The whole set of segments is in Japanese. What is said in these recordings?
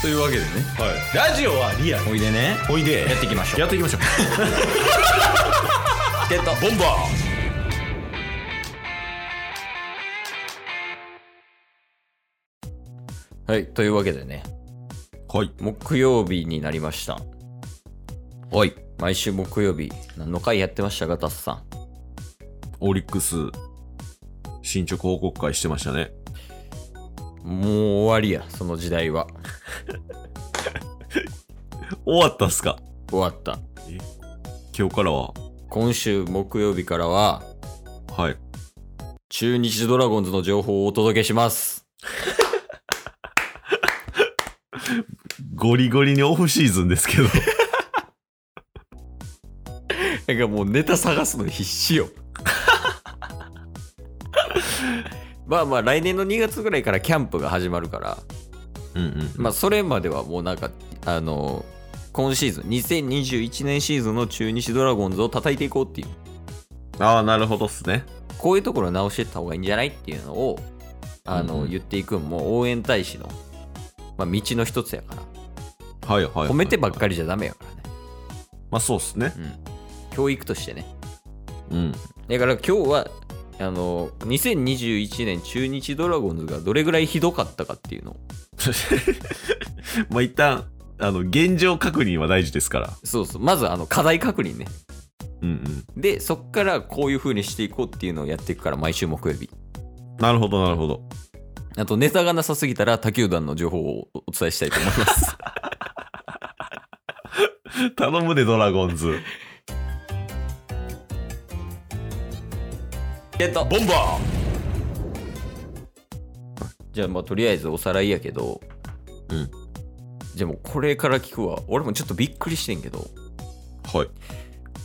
というわけでねはい、ラジオはリアルおいでねおいでやっていきましょうやっていきましょうってたボンバはいというわけでねーはい木曜日になりましたはい毎週木曜日何の回やってましたかタスさんオリックス進捗報告会してましたねもう終わりやその時代は終わったっすか終わった今日からは今週木曜日からははい中日ドラゴンズの情報をお届けしますゴリゴリにオフシーズンですけどなんかもうネタ探すの必死よ まあまあ来年の2月ぐらいからキャンプが始まるから うんうんまあそれまではもうなんかあの今シーズン2021年シーズンの中日ドラゴンズを叩いていこうっていうああなるほどっすねこういうところ直していった方がいいんじゃないっていうのをあの、うんうん言っていくんも応援大使の、まあ、道の一つやからはいはい、はい、褒めてばっかりじゃダメやからね、まあそうっすねうん、教育としてねうん だから今日はあの2021年中日ドラゴンズがどれぐらいひどかったかっていうのをまあ一旦あの現状確認は大事ですからそうそうまずあの課題確認ねうんうんでそっからこういう風にしていこうっていうのをやっていくから毎週木曜日なるほどなるほどあとネタがなさすぎたら他球団の情報をお伝えしたいと思います 頼むでドラゴンズえっとボンバじゃあまあとりあえずおさらいやけどうんじゃあもうこれから聞くわ俺もちょっとびっくりしてんけどーはい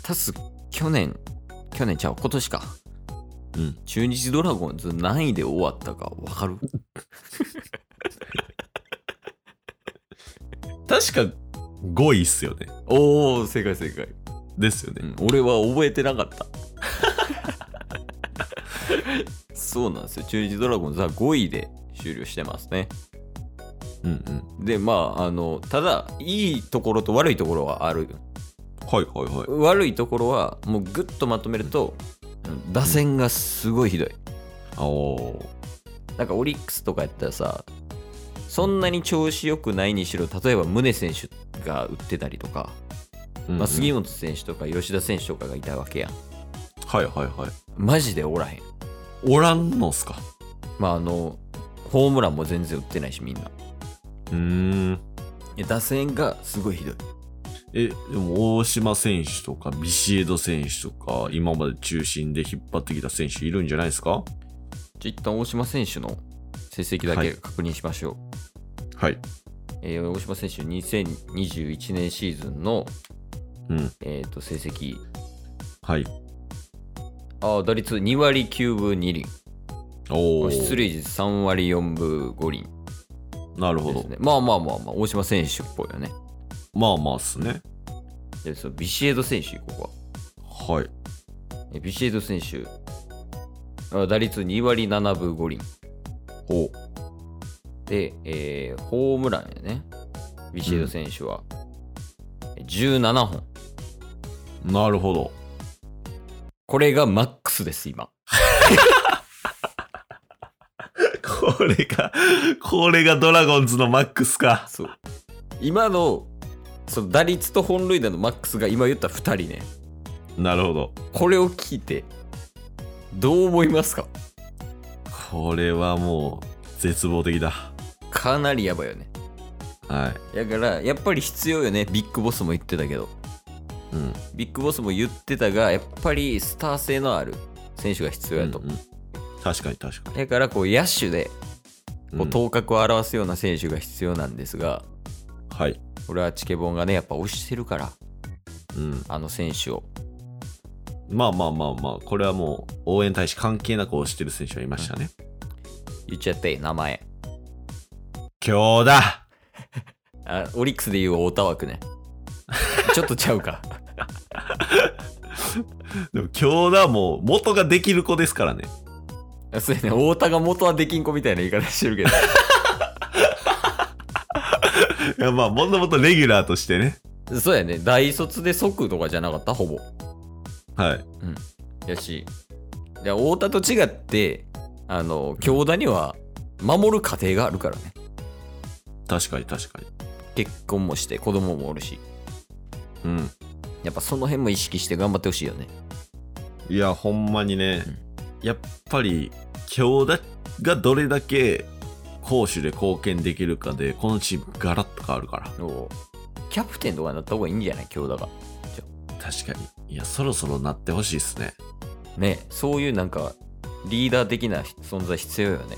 タス去年去年ちゃう今年かうん中日ドラゴンズ何位で終わったかわかる確か5位っすよね おお正解正解、ですよね、うん、俺は覚えてなか ったそうなんですよ中日ドラゴンズは5位で終了してますねうん、うんでまああのただいいところと悪いところはあるはいはいはい悪いところはもうグッとまとめるとうん打線がすごいひどいあおなんかオリックスとかやったらさそんなに調子良くないにしろ例えば宗選手が打ってたりとか、まあ、杉は本選手とか吉田選手とかがいたわけやんいはいはいマジでおらへんおらんのっすかまああのホームランも全然打ってないしみんなうーんいや打線がすごいひどいえでも大島選手とかビシエド選手とか今まで中心で引っ張ってきた選手いるんじゃないですかじゃあ一旦大島選手の成績だはけい確認しましょう、はいえー大島選手2021年シーズンの、うんえー、と成績はいあー打率2割9分2厘おお出塁率3割4分5厘なるほでど、すねまあまあまあまあ大島選手っぽいよねまあまあっすねでそのビシエド選手ここははいえビシエド選手あ打率2割7分5厘おで、えーホームランやねビシエド選手は、17本なるほどこれがマックスです今 これが、これがドラゴンズのマックスか。そう今のその打率と本塁打のマックスが今言った2人ねなるほど。これを聞いてどう思いますかこれはもう、絶望的だ。かなりやばいよねはだからやっぱり必要よねビッグボスも言ってたけどい。うん。ビッグボスも言ってたがやっぱりスター性のある選手が必要やと、うんうん確かに確かに。だからこう野手でこううん頭角を現すような選手が必要なんですが、はい。俺はチケボンがねやっぱ推してるからうん。あの選手をまあまあまあまあ、これはもう、応援大使関係なく推してる選手はいましたね。言っちゃっていい名前今日だあオリックスで言う太田枠ねちょっとちゃうかでも今日だもう、元ができる子ですからね。 そうやね太田が元はできん子みたいな言い方してるけどいやまあ、もともとレギュラーとしてね。 そうやね。大卒で即とかじゃなかったほぼ。はい。やし。いや、太田と違って、あの、京田には守る家庭があるからね。確かに確かに。結婚もして、子供もおるし。うん。やっぱその辺も意識して頑張ってほしいよね。いや、ほんまにねうん、やっぱり、京田がどれだけ攻守で貢献できるかで、このチームガラッと変わるから。おキャプテンとかになった方がいいんじゃない京田が。確かに。いや、そろそろなってほしいですね。ねそういうなんか、リーダー的な存在必要よね。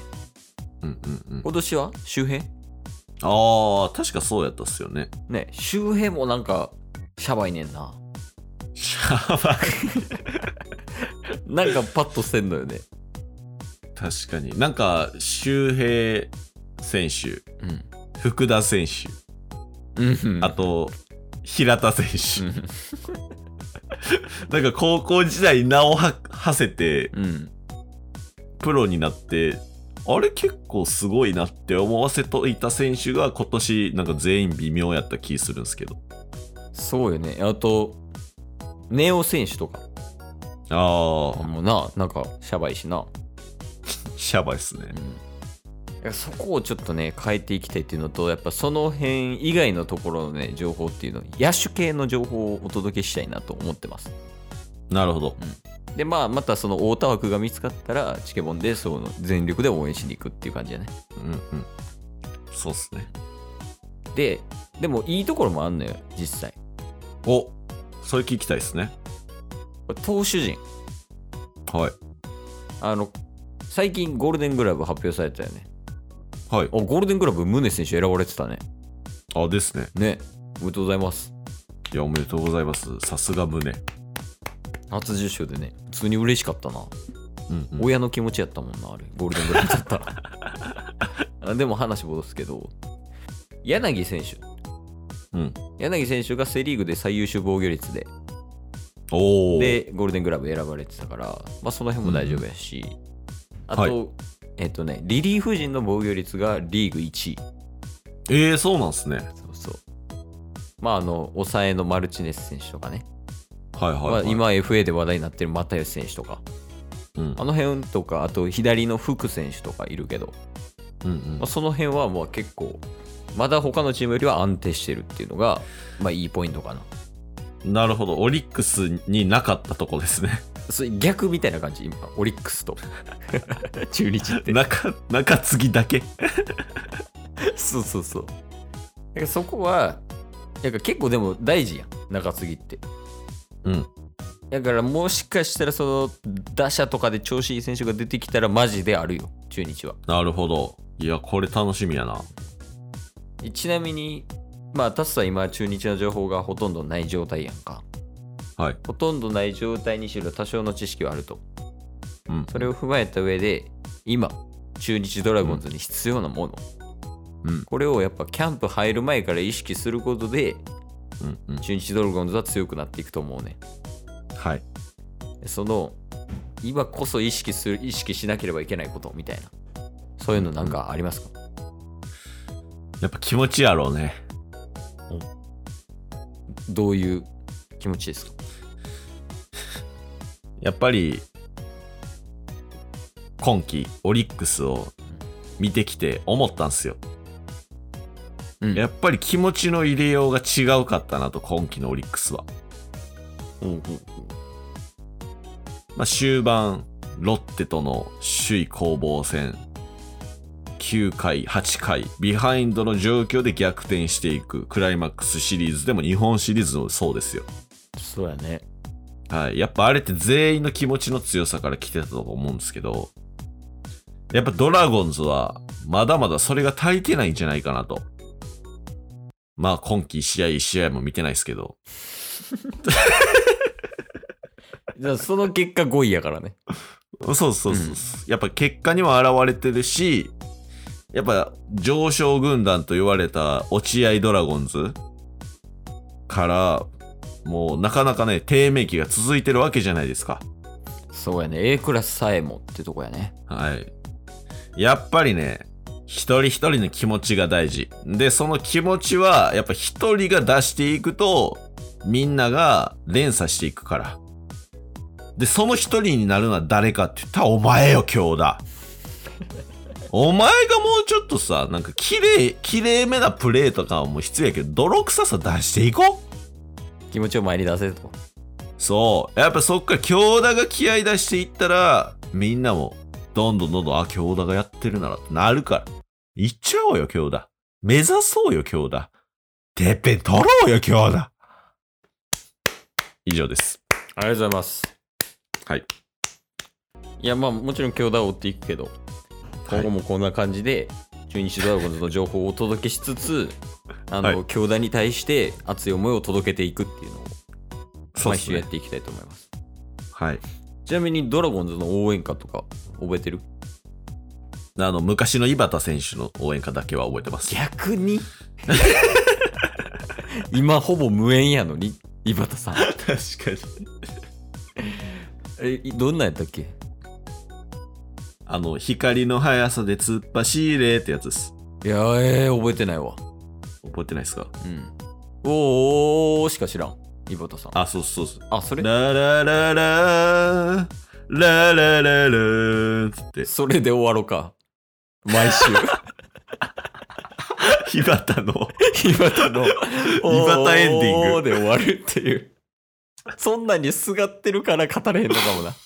うんうんうん。今年は周平ああ、確かそうやったっすよ ね。ね周平もなんか、シャバいねんな。やばい。なんかパッとしてんのよね。確かに。なんか、周平選手、うん。福田選手、うんあと、平田選う手。んなんか高校時代名をは馳せて、うん。プロになって、あれ結構すごいなって思わせといた選手が今年なんか全員微妙やった気するんですけど。そうよね。あと、ネオ選手とか。ああ、もうな、なんか、シャバいしな。シャバいっすね。いやそこをちょっとね、変えていきたいっていうのと、やっぱその辺以外のところのね、情報っていうの、野手系の情報をお届けしたいなと思ってます。なるほど。で、まあ、またその太田枠が見つかったら、チケボンで、その全力で応援しに行くっていう感じだね。うんうん。そうっすね。で、でもいいところもあんのよ、実際。おそれ聞きたいっすね。これ投手陣。はい。あの、最近ゴールデングラブ発表されたよね。はい。あ、ゴールデングラブ、宗選手選ばれてたね。あ、ですね。ね。おめでとうございます。いや、おめでとうございます。さすが胸。初受賞でね、普通に嬉しかったな。うん、うん。親の気持ちやったもんな、あれ。ゴールデングラブだった ら。あでも話戻すけど、柳選手。うん。柳選手がセ・リーグで最優秀防御率で、おお。で、ゴールデングラブ選ばれてたから、まあ、その辺も大丈夫やし、あと、はえっとね、リリーフ陣の防御率がリーグ1位。ええー、そうなんすね。そうそう。まあ、あの、抑えのマルチネス選手とかね、はいはい、はい。まあ、今 FA で話題になってる又吉選手とか、うんあの辺とか、あと左の福選手とかいるけど、うんうんまあ、その辺はもう結構、まだ他のチームよりは安定してるっていうのが、まあいいポイントかな。なるほど。オリックスになかったとこですね。それ逆みたいな感じ、今、オリックスと中日っ て。中、中継ぎだけ。 そうそうそう。だからそこは、なんか結構でも大事やん、中継ぎって。うん。だからもしかしたらその打者とかで調子いい選手が出てきたらマジであるよ、中日は。なるほど。いや、これ楽しみやな。ちなみに、まあ、タスは今、中日の情報がほとんどない状態やんか。はい。ほとんどない状態にしろ多少の知識はあると。うん。それを踏まえた上で、今、中日ドラゴンズに必要なもの、うんこれをやっぱキャンプ入る前から意識することで、うんうん。中日ドラゴンズは強くなっていくと思うね。はい。その、今こそ意識する、意識しなければいけないことみたいな。そういうのなんかありますか、やっぱ気持ちやろうね。どういう気持ちですかやっぱり、今季、オリックスを見てきて思ったんすよ。うんやっぱり気持ちの入れようが違うかったなと、今季のオリックスは。うんうんまあ、終盤、ロッテとの首位攻防戦、9回、8回、ビハインドの状況で逆転していく、クライマックスシリーズでも日本シリーズもそうですよ。そうやね。はい。やっぱあれって全員の気持ちの強さから来てたと思うんですけど、やっぱドラゴンズは、まだまだそれが足りてないんじゃないかなと。まあ、今季一試合一試合も見てないですけど。じゃあその結果5位やからね。そうそうそうそう、やっぱ結果にも現れてるし、やっぱ上昇軍団と言われた落合ドラゴンズから、もうなかなかね、低迷期が続いてるわけじゃないですか。そうやね。A クラスさえもってとこやね。はい。やっぱりね、一人一人の気持ちが大事。で、その気持ちは、やっぱ一人が出していくと、みんなが連鎖していくから。で、その一人になるのは誰かって言ったら、お前よ、今日だ。お前がもうちょっとさ、なんか綺麗、綺麗めなプレーとかはもう必要やけど、泥臭さ出していこう。気持ちを前に出せと。そう。やっぱそっから京田が気合出していったら、みんなも、どんどんどんどん、あ、京田がやってるならってなるから。行っちゃおうよ、京田。目指そうよ、京田。てっぺん取ろうよ、京田。以上です。ありがとうございます。はい。いや、まあもちろん強打を追っていくけど、今後もこんな感じで、中日ドラゴンズの情報をお届けしつつ、あはの、強打に対して熱い思いを届けていくっていうのをそう毎です週やねっ。ていきたいと思います。はい。ちなみにドラゴンズの応援歌とか覚えてるあの、昔の井端選手の応援歌だけは覚えてます。逆に 今ほぼ無縁やのに、井端さん。確かに。え、どんなんやったっけあの、光の速さで突っ走れってやつです。いやー、えー覚えてないわ。覚えてないですかうん。おーおーしか知らん。井端さん。あ、あ、そうそうそう。それララララーララララーつって、それで終わろうか。毎週。ひばたの。井端の。井端エンディングおーおーで終わるっていう。そんなにすがってるから語れへんのかもな。